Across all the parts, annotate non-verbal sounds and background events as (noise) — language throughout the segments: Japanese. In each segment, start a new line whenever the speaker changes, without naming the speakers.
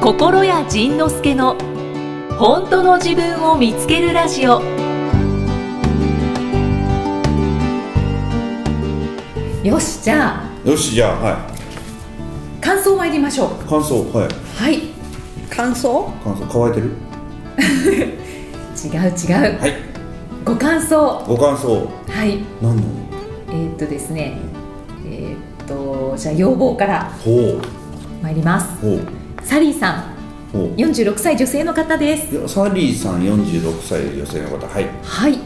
心谷仁之助の本当の自分を見つけるラジオよしじゃあ
よしじゃあは
感想参りましょう
い感想はい
はい
感想
感想乾いてる
違う違う
はい
ご感想
ご感想
はい
何なの
えーっとですねえーっとじゃあ要望から
ほう
参ります
ほう
サリーさん
ほう
46歳女性の方です
いやサリーさん46歳女性の方はい
はいえ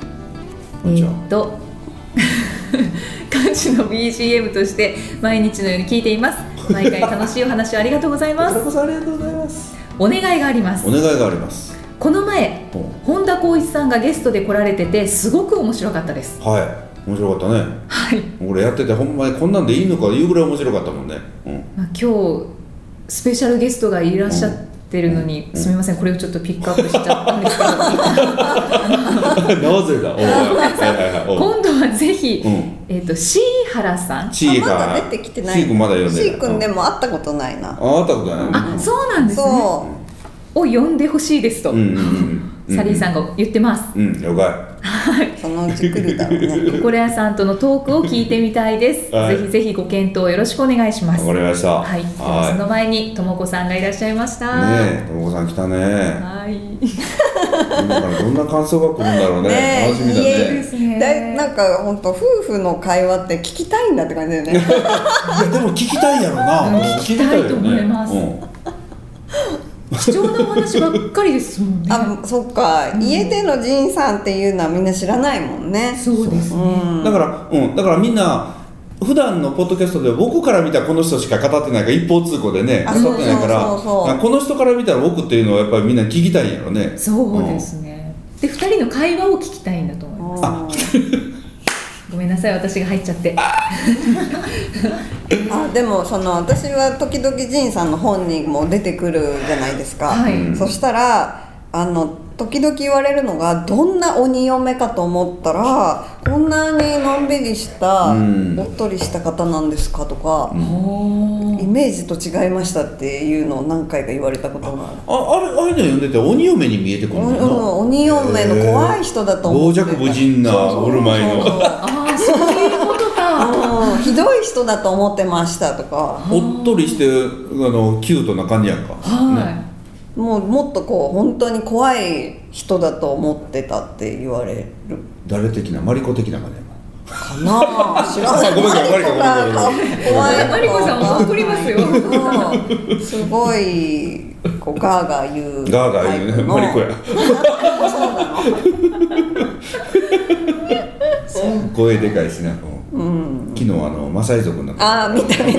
こんにちは
ーっと (laughs) 漢字の BGM として毎日のように聞いてい
(laughs)
ます毎回楽しいお話をありがとうござい
こ
ま
ちら
す
こそありがとうございます
お願いがあります
お願いがあります
この前
ほ
本田光一さんがゲストで来られててすごく面白かったです
うはい面白かったね
はい、
俺やっててほんまにこんなんでいいのかいうぐらい面白かったもんねうん
まあ、今日スペシャルゲストがいらっしゃってるのに、
うん
すみませんこれをちょっとピックアップしちゃったんですけど
(laughs) な (laughs) ぜだおうはいはいはい (laughs) おう
今度はぜひ、
うん
えっ、と椎原さん
チー
あま
が
だ出てきてない
チー君まだ読んでない
シー君で
うん
も会ったことないな、
あ会ったことない
あそうなんですね
そ
を呼んでほしいですと、
うんうんうんうん
サリーさんが言ってます
うん了解
うそのうち来るだろ
(laughs)
うね
心屋さんとのトークを聞いてみたいです、
はい
ぜひぜひご検討よろしくお願いします
わかりました
はい、ではその前にともこさんがいらっしゃいました
ねえ、ともこさん来たね。
はい
今からどんな感想が来るんだろう
ね
ね。
え
楽しみだ
いえ
ね。
ですね
だいなんか本当夫婦の会話って聞きたいんだって感じだよね
(laughs) いや、でも聞きたいやろな
うん聞きたいと思います
うん
貴重なお話ばっかりですもんね
あそっか、家でのジンさんっていうのはみんな知らないもんね
そうですね、
ん
だから、うん、だからみんな。普段のポッドキャストでは僕から見たらこの人しか語ってないから一方通行でね
あ
語ってないから
そうそうそうそう
この人から見たら僕っていうのはやっぱりみんな聞きたいんやろね
そうですね、で二人の会話を聞きたいんだと思います
あ
ごめんなさい私が入っちゃって
あでもその私は時々ジンさんの本にも出てくるじゃないですか、
はい
うん
そしたらあの時々言われるのがどんな鬼嫁かと思ったらこんなにのんびりした、
うん
おっとりした方なんですかとか、
お
イメージと違いましたっていうのを何回か言われたことがある。
ああれああいうの読んでて鬼嫁に見えてくる
うん
の
う
かなん
鬼嫁の怖い人だと思って
へえ傍若無人な振る舞いの
そうそうそう
ああそういうこと (laughs) か
そううんひどい人だと思ってましたとか
おっとりしてあのキュートな感じやんか
はい、
ね
もうもっとこう本当に怖い人だと思ってたって言われる
誰的なマリコ的な感じやんか
か
(laughs)
な知らない
ごめんなさい
怖い
マリコさんも怒りますよ
うんすごいこうガーガー言う
ガーガー言うねマリコや
(laughs)
声でかいしな、うん、昨日あのマサイ族になった
ああ見た見た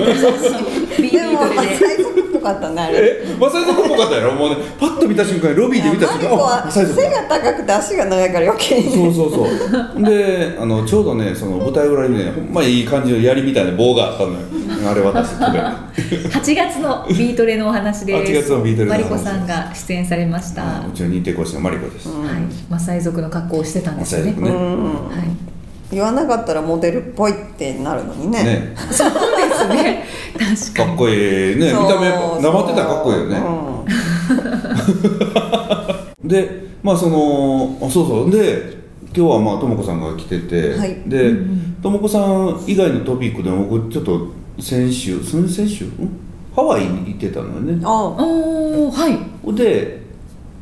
ビリビリ
でも
取れで
最速っぽかったねあれ
えマサイ族っぽかったやろもうねパッと見た瞬間にロビーで見た
マ
瞬
リ
間
コ
あ
は
マサイ
背
族だ
が高くて足が長いから余計に
そうそうそうであのちょうどねその舞台裏にねほんまいい感じの槍みたいな棒があったのよあれ私
(laughs)
これ
8月のビートレのお話です
8月のビートレの
マ
話
リ
です
コさんが出演されました、
うちの認定講師のマリコです、
はい、マサイ族の格好をしてたんで
マ
す
サ
よ
イ
ね
族ね、
はい、
言わなかったらモデルっぽいってなるのにね
ね
そうですね確か
か
に
っこいいね見
そう
た目やっぱなまってたらかっこいいよね、
うん
でまあそのあそうそうで今日はまあともこさんが来てて、
はい
でともこさん以外のトピックでも僕ちょっと先週先々週んハワイに行ってたのよね
あ
おーはい
で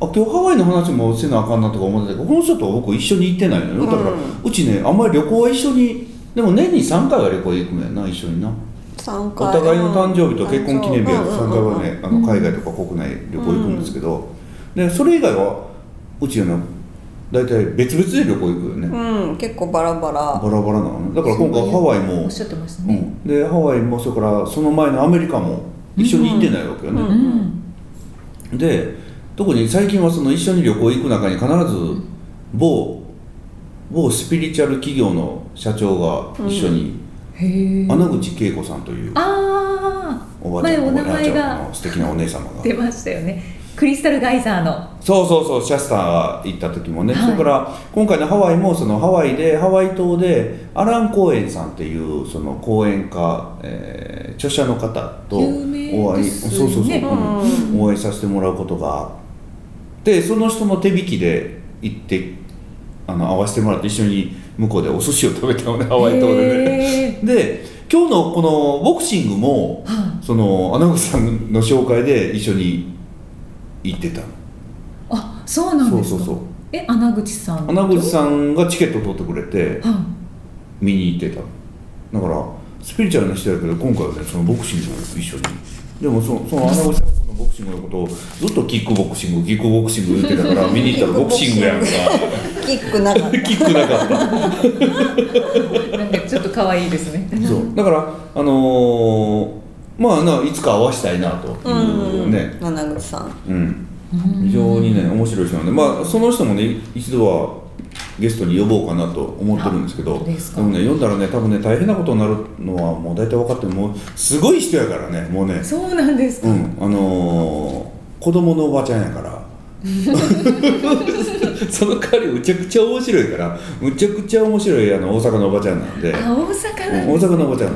あ今日ハワイの話もせなあかんなとか思ってたけどこの人と僕一緒に行ってないのよだから、
う
うんちねあんまり旅行は一緒にでも年に3回は旅行行くのやな一緒にな
3
お
回
互いの誕生日と結婚記念日は
う
3
ん
回はね、あの海外とか国内旅行行くんですけど、でそれ以外はうちあの大体別々で旅行行くよね、
う
バ
ん、うん、結構バラバラ
ラバラなのねだから今回ハワイも
おっしゃってました
う
ね、
ん、でハワイもそれからその前のアメリカも一緒に行ってないわけよね、
うん
うん
で特に最近はその一緒に旅行行く中に必ず某某スピリチュアル企業の社長が一緒に、
へえ
穴口恵子さんという
あ
お
あ
ばあ
前
ちゃん
お名
おばあち
前
ゃん
が
の素敵なお姉様が
出ましたよねクリスタルガイザーの
そうそうそうシャスターが行った時もね、
はい
それから今回のハワイもそのハワイでハワイ島でアラン・コーエンさんっていうその講演家、えー著者の方と
有名
お会い
です
そうそうそう、
ね
うんお会いさせてもらうことがでその人の手引きで行ってあの会わせてもらって一緒に向こうでお寿司を食べたのねハワイ島でね
へ
で今日のこのボクシングも
ーは
その穴口さんの紹介で一緒に行ってたの
ああそうなんです
そう
か
そうそう
え穴口さん
穴口さんがチケット取ってくれて
は
見に行ってたのだからスピリチュアルな人やけど今回はねそのボクシングを一緒にでもそその穴口さんはこのボクシングのことをずっとキックボクシングキックボクシング言ってたから見に行ったらボクシングやんか
キックなかった
(laughs) キックなかった
いなんかちょっと可愛いですね
そうだからあのーまあないつか会わしたいなというね
七口さん
うん非常にね面白い人なんでまあその人もね一度はゲストに呼ぼうかなと思ってるんですけ
あ
ど
そうですか
もね読んだらね多分ね大変なことになるのはもう大体分かってるもうすごい人やからねもうね
そうなんですか、
うんあのー、子供のおばちゃんやから
(laughs)
その代わりむちゃくちゃ面白いからむちゃくちゃ面白いあの大阪のおばちゃんなんで
あ大阪なん
大
です
阪のおばちゃん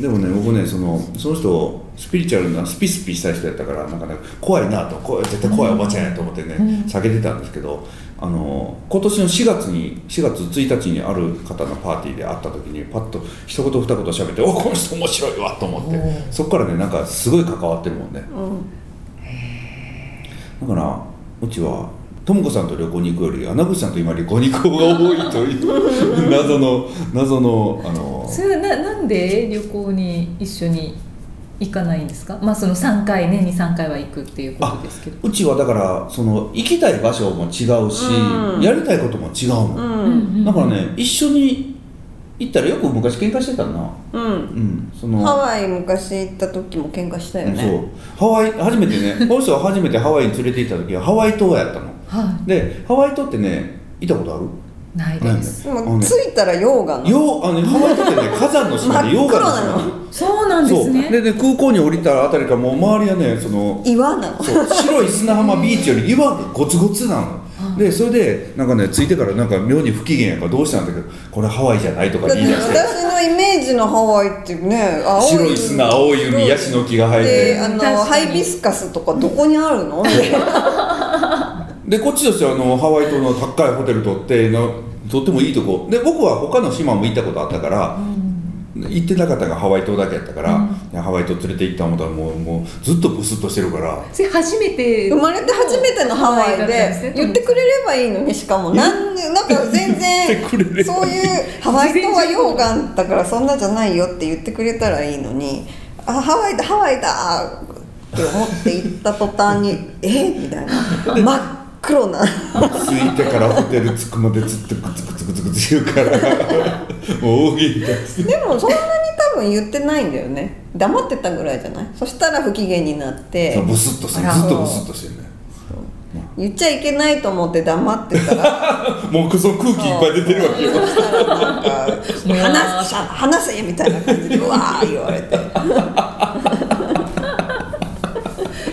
でもね僕ねそのその人スピリチュアルなスピスピした人やったからなんかね怖いなと怖い絶対怖いおばちゃんやと思ってね、
うん
避けてたんですけどあの今年の4月に4月1日にある方のパーティーで会った時にパッと一言二言喋って「おこの人面白いわ」と思って
お
そっからねなんかすごい関わってるもんね
うん
だからうちはとも子さんと旅行に行くより穴口さんと今旅行に行く方が多いという
(laughs)
謎の謎のあの
それはななんで旅行に一緒に行かないんですかまあその3回年に3回は行くっていうことですけど
うちはだからその行きたい場所も違うし、
うん
やりたいことも違う
う
の、
ん
だからね一緒に行ったらよく昔喧嘩してたな
うん
うんその
ハワイ昔行った時も喧嘩したよ
うん
ね
そうハワイ初めて
(laughs)
ねこの人は初めてハワイに連れて行った時はハワイ島やったの
は
でハワイ島ってね行ったことある
いないです
で
あ
も
のね
着いたら溶岩な
ようあのねハワイ島ってね
(laughs)
火山の島で
真っ
溶
黒
岩の
なの
島なの
そうなんで
そ
す
う
ね
でね空港に降りたあたりからもう周りはねその
岩なの
そう白い砂浜ビーチより岩がゴツゴツなのでそれでなんかね着いてからなんか妙に不機嫌やからどうしたんだけどこれハワイじゃないとか
だっ
言い出
て
して
私のイメージのハワイってね青
白い砂青い海ヤシの木が生
で
え
あの
確かに
ハイビスカスとかどこにあるの、
てでこっちとしてはあのハワイ島の高いホテル取ってのとってもいいとこで僕は他の島も行ったことあったから行ってなかったがハワイ島だけやったから、いやハワイ島連れて行ったもんだもうもうずっとブスッとしてるから
それ初めて
生まれて初めてのハワ
ハ
イ
ワイだったんですね
で言ってくれればいいのにしかもなんなんか全然
言ってくれればいい
そういうハワイ島は溶岩だからそんなじゃないよって言ってくれたらいいのにあハワイだハワイだって思って行った途端に (laughs) えみたいな真っ黒
(laughs)
な
着いてからホテル着くまでずっとグツグツグツグツ言うから (laughs) もう大喧嘩して
でもそんなに多分言ってないんだよね黙ってたぐらいじゃないそしたら不機嫌になって
そうブスッとして
あら
ずっとブスッとしてるね
言っちゃいけないと思って黙ってたら
もうクソ空気いっぱい出てるわけよ
そしたらなんか
いやー
話せ話せみたいな感じでうわー言われて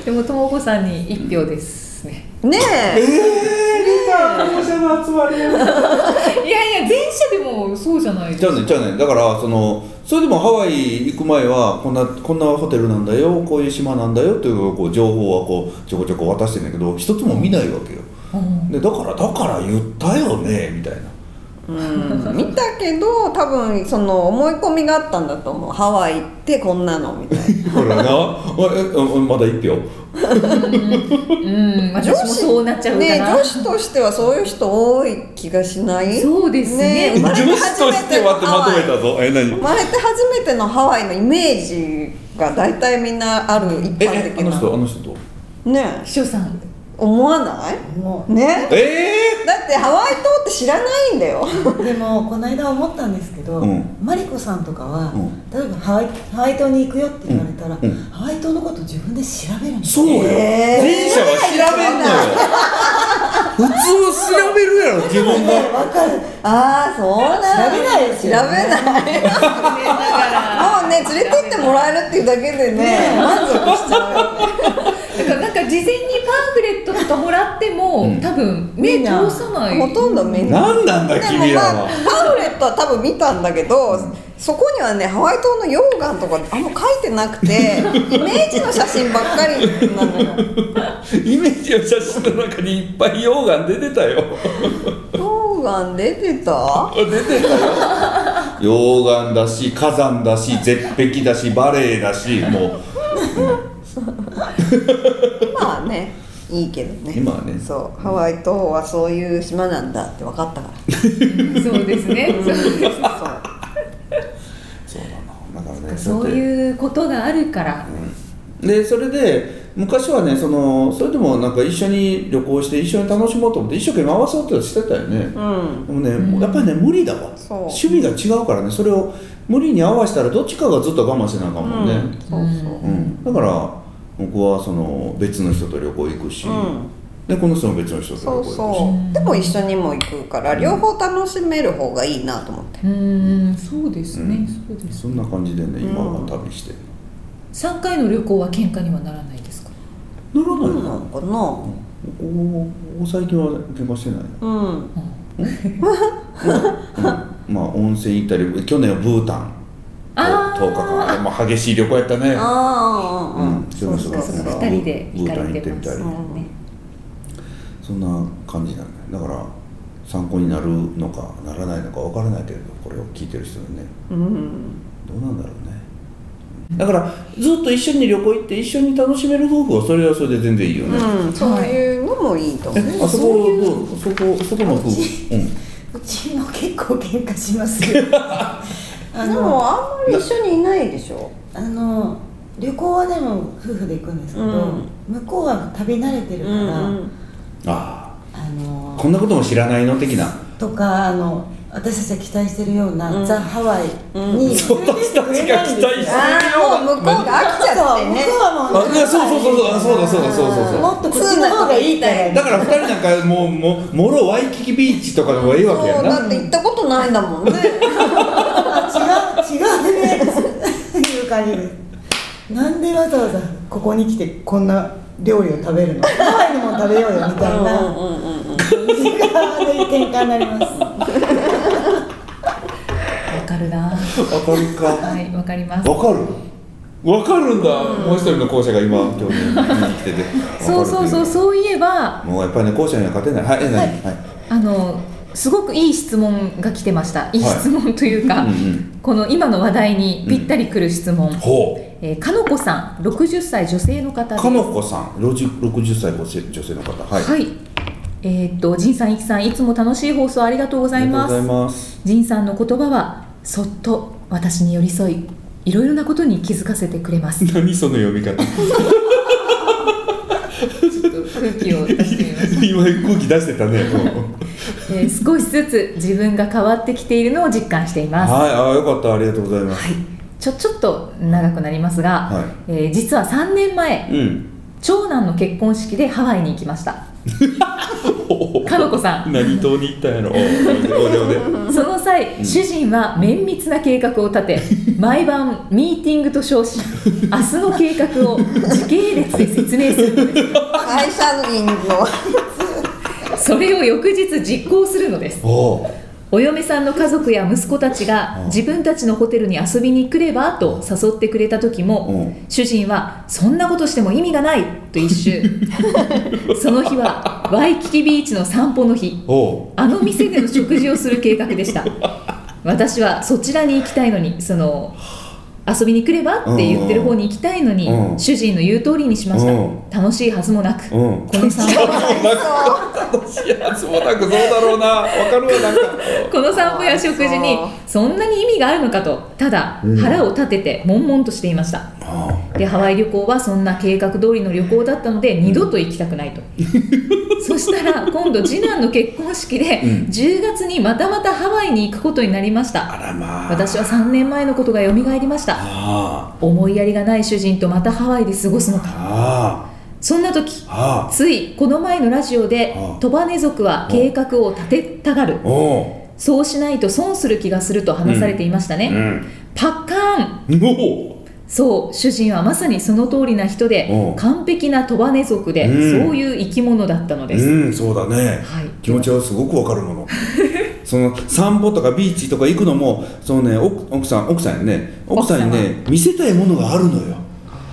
でもともこさんに一票ですね、
(laughs) ねえ
いやいや電車でもそうじゃないです
じゃあ
か
ねじゃあねだからそのそれでもハワイ行く前はこんなこんなホテルなんだよこういう島なんだよというこう情報はこうちょこちょこ渡してんだけど一つも見ないわけよ
うん
でだからだから言ったよねみたいな
うん見たけど多分その思い込みがあったんだと思うハワイってこんなのみたいな
ほらな (laughs) おえおまだ一票
うん、私もそうなっちゃうかな、
ねえ女子としてはそういう人多い気がしない
そうですね
え生
女
まれて
子
初
と
め
してて
の
はって
ハ
まと
ワ
め
イ
たぞえ何
生まれて初めてのハワイのイメージが大体みんなある一
え
般
え
的
あの人あ
な
の人と
ねえ
秘書さん
思わない
も
ね
ええ
だってハワイ島って知らないんだよ
うでもこの間思ったんですけど、
うん
マリコさんとかは、
うん
例えばハワイハワイ島に行くよって言われたら、
うんうん
ハワイ島のこと自分で調べるの
そうよ、
えー
前者は調べんのよ普通調べるやろ自分が
わかる
ああそうなん
調べないですよ
調べな
(laughs)
いもうね連れて行ってもらえるっていうだけでね満足しちゃうよね
だからなんか事前にパンフレットとかとかもらっても、
うん
多分目
みん
通
な
さない
ほとんどみんな
何なんだ
でも
君ら
まあ
は
パンフレットは多分見たんだけどそこにはねハワイ島の溶岩とかあんま書いてなく
(laughs)
てイメージの写真ばっかりなのよ
イメージの写真の中にいっぱい溶岩出てたよ
溶岩出てた
出てたよ溶岩だし火山だし絶壁だしバレエだしも
まあねいいけどね
今はね
そうハワイ島はそういう島なんだって分かったから
そうです
(laughs)
ね、
そう
そうだなだからね
そうそういうことがあるから、
でそれで昔はねそのそれでもなんか一緒に旅行して一緒に楽しもうと思って一生懸命回そうとしてたよね、
ううん
でもね、やっぱりね無理だわ
そう
趣味が違うからねそれを無理に合わせたらどっちかがずっと我慢してなあかんもんね、
うんそうそう
うんだから僕はその別の人と旅行行くし、
うん
でこの人も別の人と
そ
旅行行く
う
し
そうでも一緒にも行くから両方楽しめる方がいいなと思って
うーんそうですね、
う
そ
ん
うです
そんな感じでね今
う
は
ん
旅してる、
3回の旅行は喧嘩にはならないですか
なら
ど
ないうな、
なのかな
こここ最近は喧嘩してないな
(laughs) うん
まあ温泉行ったり去年はブータン
あー
10日間あれも激しい旅行やったね
ああうん
うん
そうそう
そ
そうう
そう
2人で行かれて
ブータン行ってみ
ます
たり
ね
そんな感じなんだよだから参考になるのかならないのかわからないけれどこれを聞いてる人はね
うん
どうなんだろうねだからずっと一緒に旅行行って一緒に楽しめる夫婦はそれはそれで全然いいよね、
うんそういうのもいいと思う
えあそこどうそこそこの夫婦うん
うちも結構喧嘩します
(laughs)
けどあ
で
の
もあんまり一緒にいないでしょ
あの旅行はでも夫婦で行くんですけど、
うん
向こうは旅慣れてるから、
あ
あ
あ
の
こんなことも知らないの的な
とかあの私たちが期待してるような、
うん
ザ・ハワイ
うん
に連れてってくれないんです
私た
よ、
ちが期待して
ああもう向こうが飽きちゃってね
そう向こうはもう
あそうそうそうそうあそうだそうだそうそうそう
もっとこっちの方がいいから
だから二人なんかもうもうもろワイキキビーチとかの方がいいわけや
そう
な
だって行ったことないんだもんね
あ違う違うねっていう感じですなんでわざわざここに来てこんな料理を食べるのハワイのもん食べようよみたい (laughs) な
うんうんうんうん
内側で喧嘩になります
わかるな
わかるかわ
はいわかります
かるわかるんだ、もう一人の校舎が今今日ね見に来てて
そうそうそう
う
そういえば
もうやっぱりね校舎には勝てないはいえ何はい、
あのすごくいい質問が来てましたいい質問というか、
うんうん
この今の話題にぴったりくる質問、
ほ
えーかのこさん60歳女性の方
う
です
かのこさん60歳女性女性の方はい、
はい、えーっと仁さんいきさんいつも楽しい放送ありがとうござ
あ
い
りが
ま
とうござい
す
ます
仁さんの言葉はそっと私に寄り添いいろいろなことに気づかせてくれま
(laughs)
すち
何その読み方
ょっと空気を出してみました、
今空気出してたねうん
えー少しずつ自分が変わってきているのを実感しています
はいあよかったありがとうございます
はい、ちょちょっと長くなりますが、
は
えー実は3年前
うん
長男の結婚式でハワイに行きま
(laughs)
したかのこさん
何島に行ったんやろおでおでおで
その際、主人は綿密な計画を立
(laughs)
て毎晩ミーティングと称し明日の計画を時系列で説明するので
会社員の
すそれを翌日実行するのです
おう
お嫁さんの家族や息子たちが
うん
自分たちのホテルに遊びに来ればと誘ってくれた時も
う
主人は「そんなことしても意味がない」と一
(laughs)
周その日はワイキキビーチの散歩の日
おう
あの店での食事をする計画でした私はそちらに行きたいのにその遊びに来ればって言ってる方に行きたいのに
うん
主人の言う通りにしました
うん
楽しいはずもなく
う
こ
ん
の散歩
(laughs) 楽しいやつもなくそうだろうなわかるわなんか
この散歩や食事にそんなに意味があるのかとただ
うん
腹を立てて悶々としていました
あ
でハワイ旅行はそんな計画通りの旅行だったので二度と行きたく
(laughs)
ないとそしたら今度次男の結婚式で
うん
10月にまたまたハワイに行くことになりました
らまあ
私は3年前のことが蘇りました
あ
思いやりがない主人とまたハワイで過ごすの
あ
か
あ
そんな時
あああ
ついこの前のラジオで
ああ
鳥羽族は計画を立てたがる
おう
そうしないと損する気がすると話されていましたね、
うん
パッカーン
おう
そう主人はまさにその通りな人
お
で
う
完璧なトバネ族で
うん
そういう生き物だったのです、
うんそうだね、
はい
気持ちはすごくわかるもの (laughs) その散歩とかビーチとか行くのもそのね奥奥さん奥さんにね奥さんにね見せたいものがあるのよ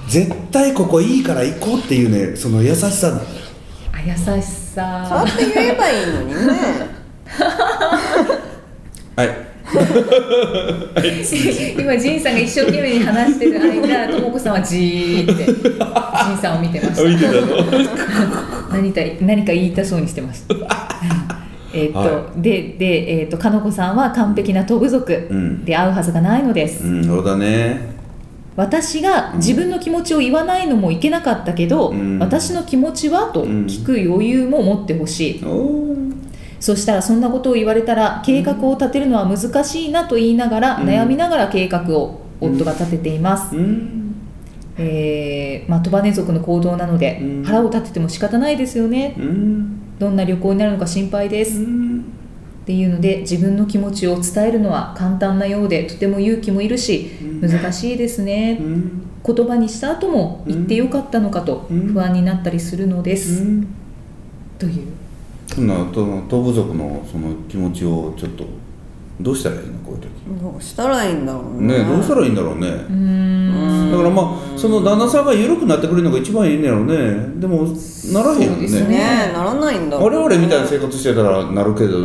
絶対ここいいから行こうっていうねその優しさなのよ
あ優し
そうや
さ
って言えばいいのにね
はい
(laughs) 今仁さんが一生懸命に話してる間ともこさんはじーって仁さんを見てました
見てた (laughs) の
何か何か言いたそうにしてま
(laughs)
したえっと、
は
でで、えっとかのこさんは完璧な飛ぶ族
ん
で会うはずがないのです、
うんそうだね
私が自分の気持ちを言わないのもいけなかったけど、
うん
私の気持ちはと
うん
聞く余裕も持ってほしい、
おー
そしたらそんなことを言われたら計画を立てるのは難しいなと言いながら、
うん
悩みながら計画を夫が立てています、
うん
えーまあ、トバネ族の行動なので、
うん
腹を立てても仕方ないですよね
うん
どんな旅行になるのか心配で
う
す、っ
ん
ていうので自分の気持ちを伝えるのは簡単なようでとても勇気もいるし
うん
難しいですね、
うん
言葉にした後も言ってよかったのかと
うん
不安になったりするのです、という
そんなと東部族のその気持ちをちょっとどうしたらいいのこういう時
どうしたらいいんだろう
ね
ね
どうしたらいいんだろうね、
うーん
だからまあその旦那さんが緩くなってくれるのが一番いいんだろうねでもならへんよ
そうです
ね
ね
ねならないんだろう
我
ね
々みたいな生活してたらなるけど、
うん、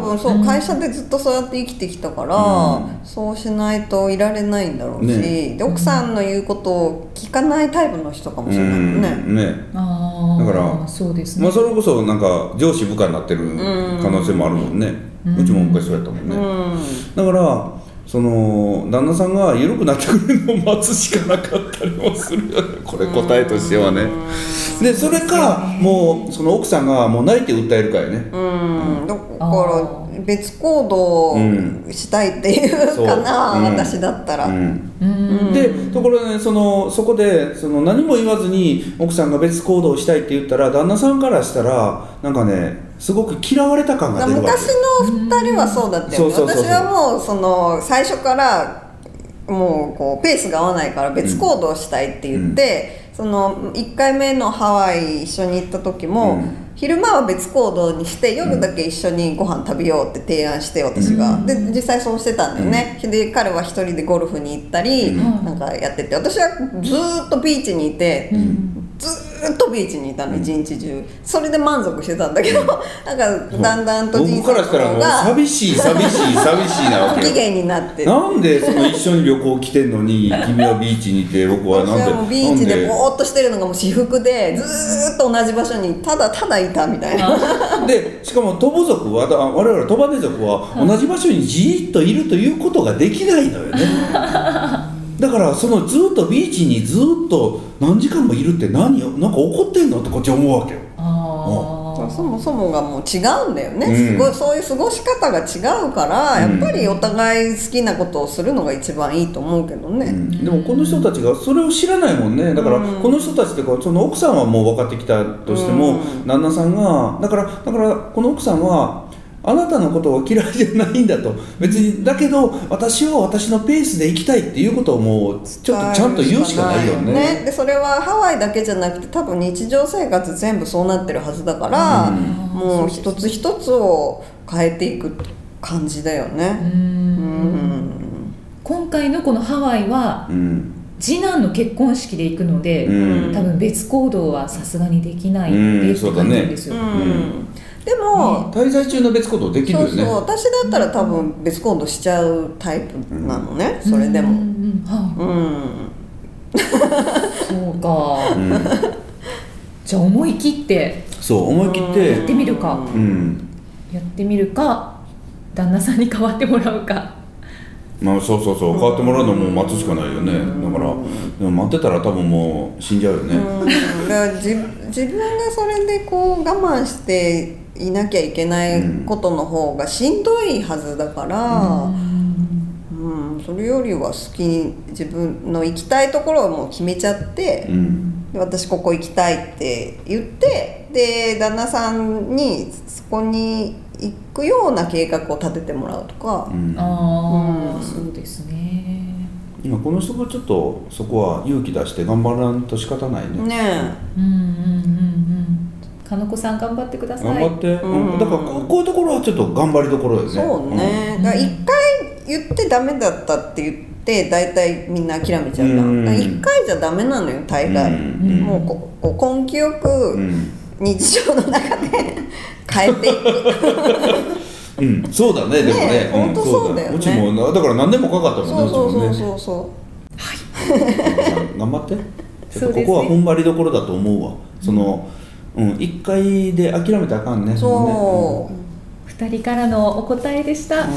も
分そう会社でずっとそうやって生きてきたから、
う
そうしないといられないんだろうし、
ね
で奥さんの言うことを聞かないタイプの人かも
う
しれないもんね、
んね
あー
だから
そうです
ま
ね
あ、それこそなんか上司部下になってる可能性もあるもんね、うちも昔そうやったもん
う
ね、
ん
だからその旦那さんが緩くなってくるのを待つしかなかったりもするよねこれ答えとしてはねでそれかもうその奥さんがもう泣いて訴えるかよね
うんだ
あ
か
ー
ら別行動したいっていう
そう
かな、
うん
私だったら、
うん
うーん
でところがねそのそこでその何も言わずに奥さんが別行動をしたいって言ったら旦那さんからしたらなんかねすごく嫌われた感
だ
が
か
出
ら
るわ
昔
け
の2人はそうだった
う
よ
ん
ね
そうそうそうそう
私はもうその最初からもうこうペースが合わないから別行動したいって言って、その1回目のハワイ一緒に行った時も、
うん
昼間は別行動にして夜だけ一緒にご飯食べようって提案して私が、で実際そうしてたんだよね、で彼は1人でゴルフに行ったり、
ん
なんかやってて私はずーっとビーチにいて、ずーっとビーチにいたの一日中それで満足してたんだけど、なんかだんだんと人
僕からし
生
たらもう
が
寂しい寂し
(laughs)
い寂しいなわ
不
け
機
よ
嫌になって
なんでその一緒に旅行来てんのに君はビーチにいて僕は
私
なん
は
で
もうビーチでぼーっとしてるのがもう私服でずーっと同じ場所にただただいたみたいな
なんででしかも鳥羽族はだ我々鳥羽根族は同じ場所にじーっといるということができないのよねだからそのずっとビーチにずっと何時間もいるって何よなんか怒ってんのってこっちは思うわけよ
あー
(laughs) そもそもがもう違うんだよね、
うん
すごいそういう過ごし方が違うからやっぱりお互い好きなことをするのが一番いいと思うけどね、
うんでもこの人たちがそれを知らないもんねだからこの人たちってこうその奥さんはもう分かってきたとしても、
うん
旦那さんがだからだからこの奥さんはあなたのことは嫌いじゃないんだと別にだけど私は私のペースで行きたいっていうことをもうちょっとちゃんと言うしかないよね。
でそれはハワイだけじゃなくて多分日常生活全部そうなってるはずだから、
うん
もう一つ一つを変えていく感じだよね。
うん
うん
今回のこのハワイは
うん
次男の結婚式で行くので、
うん
多分別行動はさすがにできない
うん
でって書いてあるんです
う
よ、
んでも、
滞在中の別行動できる
そ
よ
うそう
ね
私だったら多分別行動しちゃうタイプなのね、それで
うんう
も。
んは
うん
いそうか
うん
じゃあ思い切って
そう思い切って
やってみるか
うん
やってみるか旦那さんに代わってもらうか
まあ、そうそうそう変わってもらうのも待つしかないよねだからでも待ってたら多分もう死んじゃうよね、
うん、だから自自分がそれでこう我慢していなきゃいけないことの方がしんどいはずだから、うんそれよりは好きに自分の行きたいところをもう決めちゃって、
うん
で私ここ行きたいって言ってで旦那さんにそこに行くような計画を立ててもらうとか
う、ん
ああ、
うん
そうですね
今この人がちょっとそこは勇気出して頑張らんと仕方ないね
ね
うんうんうんうんかのこさん頑張ってください
頑張って、
うん
うんだからこうこういうところはちょっと頑張りどころよ
え
ね
そうね、
うん
だから一回言ってダメだったって言って大体みんな諦めちゃうじゃ
うん
んだから一、回じゃダメなのよ大概、
うん
もうここう根気よく、
うん、うん
日常の中で (laughs) 変えてい
(laughs)
く
うんそうだねでもね
ねえ
ん
ほんとそうだよね
うちもなだから何でもかかったもんね
そうそうそう
ちもね
そうそ
頑張ってちょ
そうで
っと
すね
ここは踏ん張りどころだと思うわそのうん一回で諦めたらあかんね
うそ
2人からのお答えでした、
う、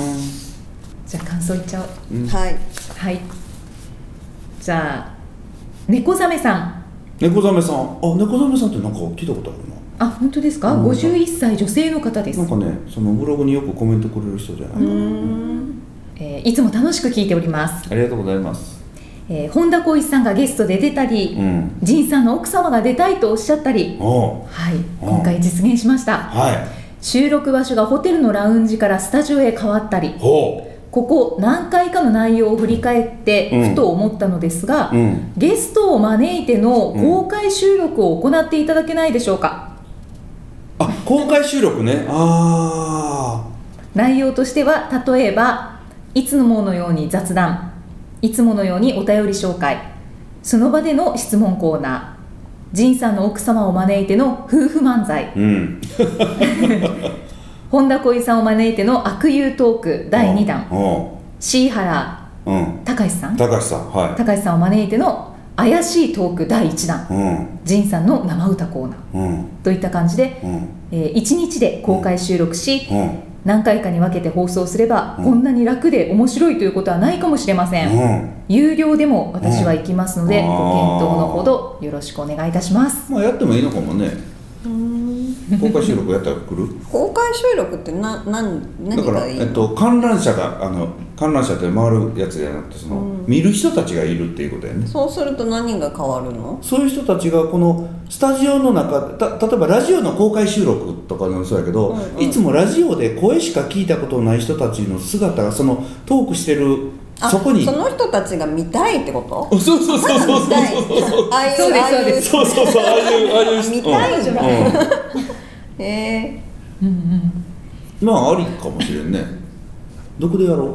じゃあ感想いっちゃおうん
うん
うはい
はいじゃあ猫ザメさん
猫ザメさんあ猫ザメさんってなんか聞いたことあるな
あ本当ですか、
うん
51歳女性の方です
なんかねそのブログによくコメントくれる人じゃないかな、
えーいつも楽しく聞いております、
ありがとうございます
えー本田浩一さんがゲストで出たり
うん
仁、さんの奥様が出たいとおっしゃったり
おう
はい今回実現しました
は
収録場所がホテルのラウンジからスタジオへ変わったり
いほ
ここ何回かの内容を振り返って
うん
ふと思ったのですが、
ううん
ゲストを招いての公開収録を行っていただけないでしょうか、
あ公開収録ねあ
内容としては例えばいつものように雑談いつものようにお便り紹介その場での質問コーナー仁さんの奥様を招いての夫婦漫才
ーうん
本田恋さんを招いての悪友トーク第2弾
お
椎原
ううん
隆さん
高橋さんは
高橋さんを招いての怪しいトーク第1弾
いうん
仁さんの生歌コーナー
うん
といった感じで、
うん
え1日で公開収録し、
うん
何回かに分けて放送すれば、
うん
こんなに楽で面白いということはないかもしれません、
うん
有料でも私は行きますので、
うん
ご検討のほどよろしくお願いいたします
まあやってもいいのかもね公開収録やったら来る
公開収録ってななん
だ
(laughs) 何
から、
がいい
えっと、観覧車があの観覧車って回るやつじゃなくてその、見る人たちがいるっていうことやね
そうすると何が変わるの
そういう人たちがこのスタジオの中た例えばラジオの公開収録とかでもそうやけど、
うんうん
いつもラジオで声しか聞いたことない人たちの姿がそのトークしてる
あ
そこに
その人たちが見たいってこと
そうそうそうそうそう
見たいああいう
そうです
ああい
そうです
そうそうそうああいうああいう人
見たいんだ
うんうん
へえ
うんうん
まあありかもしれんねどこでやろう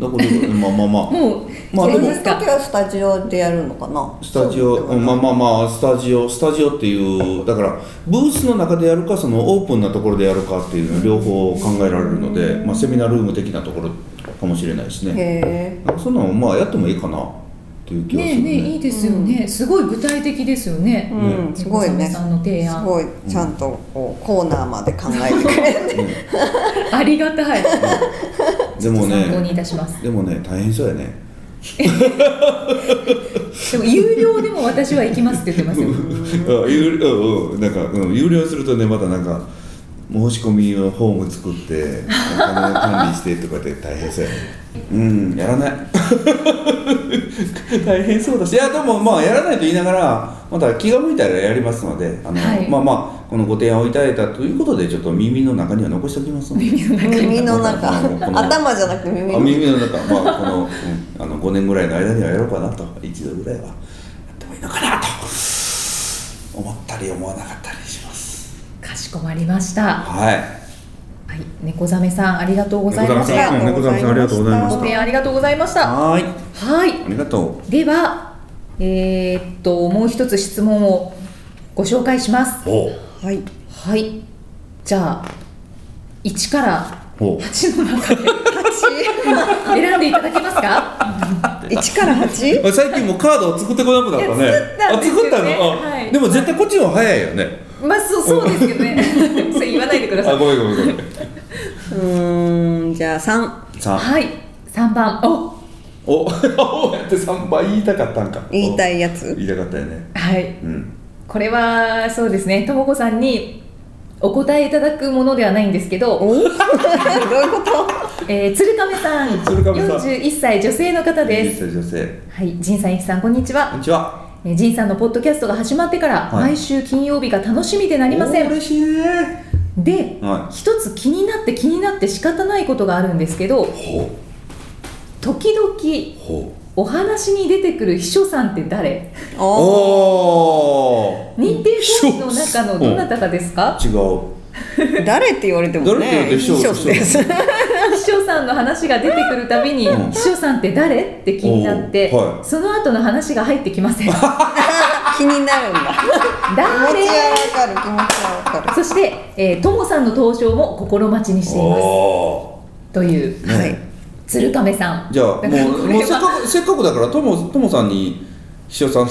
どこでやろうまあまあまあ
もう、
まあ
そ
で
う
も
で
い
す
う
か
時はスタジオでやるのかな
スタジオ、
そううんで
まあ
もない
まあまあスタジオスタジオっていうだからブースの中でやるかそのオープンなところでやるかっていうの両方考えられるので、まあ、セミナールーム的なところかもしれないしね
へえ
なんかそんなのまあやってもいいかなっていう気がす
ねえ
る
ねえ
ね
いいですよね、すごい具体的ですよね、
うんすごいね
さんの提
す
案
ごいちゃんとこうコーナーまで考えてく
(laughs)
れて
ありがたい
でも
参考に
ね
いたします
でもね大変そうやね
でも有料でも私は行きますって言ってますよ
(laughs) あ有うんうんなんか、うん、有料するとねまたなんか申し込みをフォーム作ってお金を管理してとかで大変そうやねうんやらない (laughs) 大変そうだしいやでもまあやらないと言いながらまた気が向いたらやりますのであの、
はい
まあまあこのご提案をいただいたということでちょっと耳の中には残しておきますので
耳の中
このこの
頭じゃなくて耳
あ
の中
耳の中まあこの,、うん、あの5年ぐらいの間にはやろうかなと一度ぐらいはやってもいいのかなと思ったり思わなかったりします
かしこまりました
は
は
い
い猫ザメさんありがとうございまし
猫ザメ
た
さん
猫さんありがとうございま
ご
し
提案ありがとうございましたた
はい
はい
ありがと
ではえーっともう一つ質問をご紹介します
うお
はい
はいじゃあ1から
お
8の中で (laughs) 選んでいただけますか
一から八？
お最近もうカードを作ってこなくなった
い
ね
や作ったんですよね
あ作ったの、あ
はい
でも絶対こっちの方が早いよね、
まあそうそうですけどね
(laughs)
それ言わないでくださ
あ
い
ごめんごめんごめん
うーんじゃあ三
さあ
はい3番お
お (laughs) おやって3倍言いたかったんか
言いた
い
いやつ
言いたかったよね
はい
うん
これはそうですねともこさんにお答えいただくものではないんですけど、
(laughs)
おどういうこと
えー、鶴亀さん
鶴亀さん
41歳女性の方です
女性
はい仁さんいきさんこんにち
こん
は
にちは
えー仁さんのポッドキャストが始まってから、
はい
毎週金曜日が楽しみでなりませ
お
ん
嬉しいね
で
は
一つ気になって気になって仕方ないことがあるんですけど
いほう
時々
ほ
お話に出てくる秘書さんって誰
お
お
認定講師の中のどなたかですか
ー違う
ー誰って言われても
誰って言われ
ね
ても秘書
秘書です
秘書さんの話が出てくるたびに
うん
秘書さんって誰って気になって、
おーはい
その後の話が入ってきま
(laughs)
せん
(laughs) 気になるんだ気持ち
誰
はわかる気持ちはわか
そして、えー、ともさんの登場も心待ちにしています
お
という
ー
るはい
鶴亀さん
じゃあもう
だからこれ
もう
は
せっかくせっかくだからともともさんに秘書さんの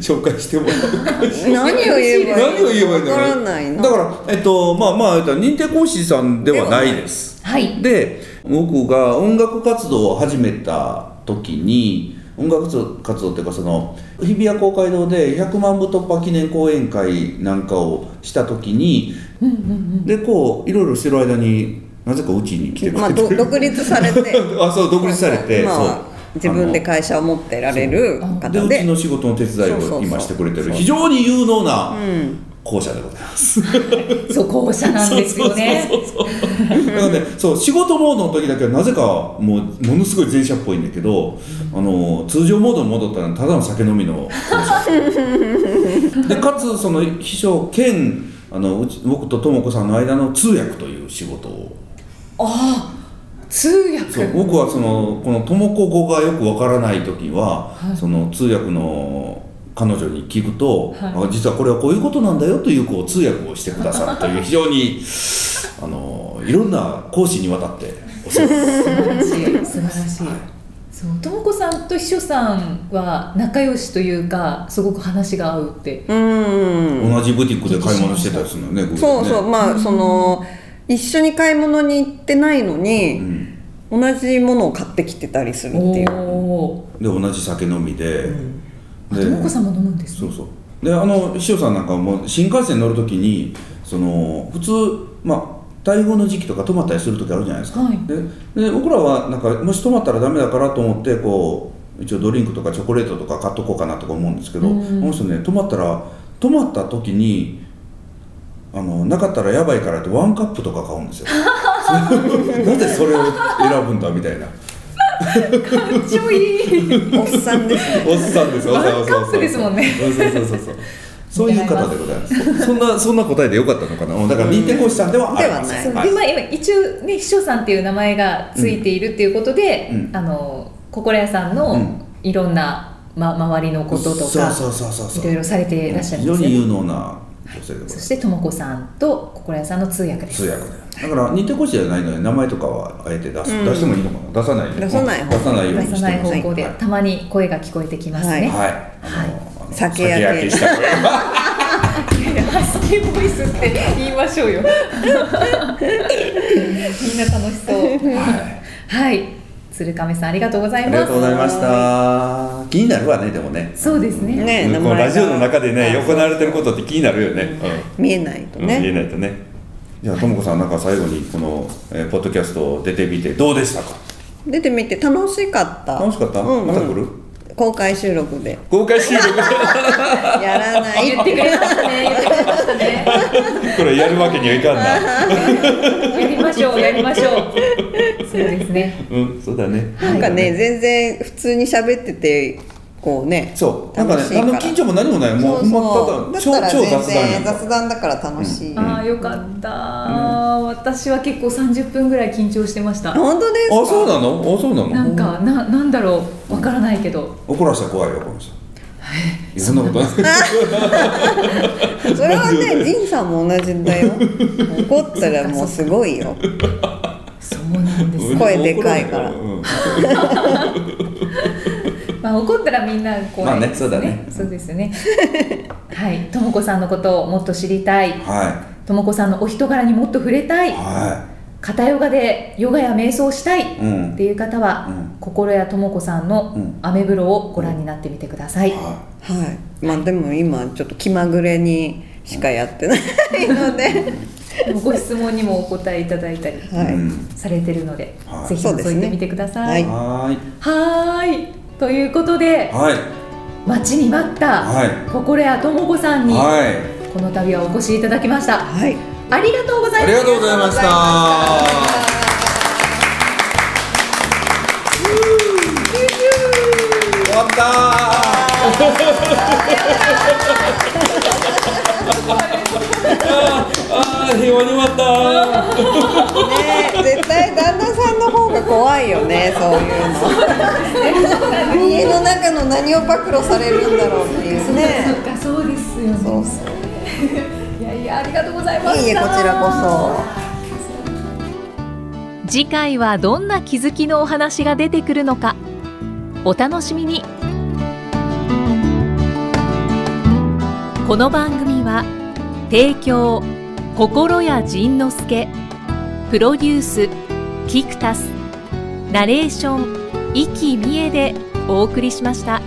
紹介してもらう
何を言えばいいの
何を言えばいいんだ
わ
ろ
か
う
らないな
だから、えっと、まあまあ、えっと認定講師さんではないです。
はい
で、僕が音楽活動を始めた時に、音楽活動っていうかその日比谷公会堂で100万部突破記念講演会なんかをした時に、
うんうん
でこういろいろしてる間になぜかうちに来てくれて、
まあど独立されて
あそう (laughs) 独立されて
まあ
そう
自分で会社を持ってられる方
で
で
うちの仕事の手伝い
そうそうそ
を
う
今してくれてる非常に有能な校舎でございます。
うんそう校舎なんですよ
(laughs)
ね
なのでそう仕事モードの時だけはなぜかもうものすごい前者っぽいんだけど、あの通常モードに戻ったらただの酒飲みの
(laughs)
でかつその秘書兼あのうち僕ととも子さんの間の通訳という仕事を
ああ通
そ
訳
う僕はそのこのとも子語がよくわからない時は、
はい
その通訳の彼女に聞くと、
はい
あ実はこれはこういうことなんだよというこう通訳をしてくださるという非常にあのいろんな講師にわたって教わってます
素晴らしい素晴らしいそうともこさんと秘書さんは仲良しというかすごく話が合うって
うん
同じブティックで買い物してたりするのね、偶然ね
そうそう、まあその一緒に買い物に行ってないの
う
に、
ん
同じものを買ってきてたりするっていう
お
で同じ酒飲みで、
おともこさんも飲むんです
そ
ね
うそうであの師匠さんなんかも新幹線乗るときにその普通まあ台風の時期とか止まったりする時あるじゃないですか、
はい
でで僕らはなんかもし止まったらダメだからと思ってこう一応ドリンクとかチョコレートとか買っとこうかなとか思うんですけど、
うん
あの人ね止まったら止まった時にあのなかったらやばいからってワンカップとか買うん
(laughs)
ですよ (laughs) なぜそれを選ぶんだみたいな
かっちょいい
おっさんです
(laughs)
ね
おっさんですよ。
ワンカップですもんね
そうそうそうそうそう。そういう方でございます。そんなそんな答えでよかったのかな。だから認定講師さんではありませ
で
ん。
そうでまあ今一応ね秘書さんっていう名前がついているっていうことで、
うん
あの心屋さん
う
の
ん
いろんな、ま、周りのことと
そう
か
そうそうそうそう。
いろいろされていらっしゃるん
非
で
常
す
に
ね
有能な女性でござい
そ
ま
し
す。
てともこさんと心屋さんの通訳です
通訳で。だから認定講師じゃないので名前とかはあえて出す、
うん
出してもいいのかな。出さない。
出さない
出さないよう
出
にして
さ
ます。
ない方向で、
はい
たまに声が聞こえてきますね、
はい
はい。あのあの
酒焼け
した声。
ハスキーボイスって言いましょう
(laughs)
よみんな楽しそう
はい。
はい鶴亀さんありがとうござい
あり
ます
がとうございました。気になるわねでもね。
そうですね
ね
うんこ
名前が
のラジオの中でね
あ
行われてることって気になるよね。うん
見えないと
うん言えな
ね、
いとねじゃあともこさんなんか最後にこの、えーポッドキャスト出てみてどうでしたか
出てみて楽しかった
楽しかった、
うんうん
また来る
公開収録で
公開収録 (laughs)
やらない
言ってくれましたね言ってくれましたね
これやるわけにはいかんな
やりましょうやりましょうそうですね
うんそうだね
なんかね全然普通に喋っててこうね
そうなんかね
楽しい
あ
ら
の緊張も何もないもう
そうそう
ほんま
だった
ただ超超雑談や
ら全然
んか
雑談だから楽しい、
ああよかった、私は結構30分ぐらい緊張してました
本当ですか
あそうなのあそうなの
なんかななんだろうわからないけど
怒らせたら怖いよこの人いろんなことない
それはね、仁さんも同じだよ。怒ったらもうすごいよ。
そうなん
(laughs)
です、
声でかいから
うん
まあ、怒ったらみんな怖いですね,、
まあね
そうですねはいともこさんのことをもっと知りたい
は
ともこさんのお人柄にもっと触れたい
いは
片ヨガでヨガや瞑想をしたい、
いうん
っていう方は、
うん
心谷ともこさんの
うん
アメブロをご覧になってみてください、
は
はい。まあでも今ちょっと気まぐれにしかやってないので、
でもご質問にもお答えいただいたり
い
はい。
うん
されてるので、
はい
ぜひ
そうです
覗
ね
いてみてください。
は
はーいということ
い
で
はい
待ちに待った、
はい
心谷智子さんに、
はい
この度はお越しいただきました
はい。
ありがとうござい
あ
ま
り
す
がとうございました。
ヒューヒュー
まった (laughs) あー平和に終わった
ね絶対旦那さんの方が怖いよねそういうの家の中の何を暴露されるんだろうっていう
そっ
ね
かそうですよね
そうそう
いやいやありがとうございました
いいえこちらこそ
次回はどんな気づきのお話が出てくるのかお楽しみにこの番組は提供心谷仁之助プロデュースキクタスナレーション生きみえでお送りしました。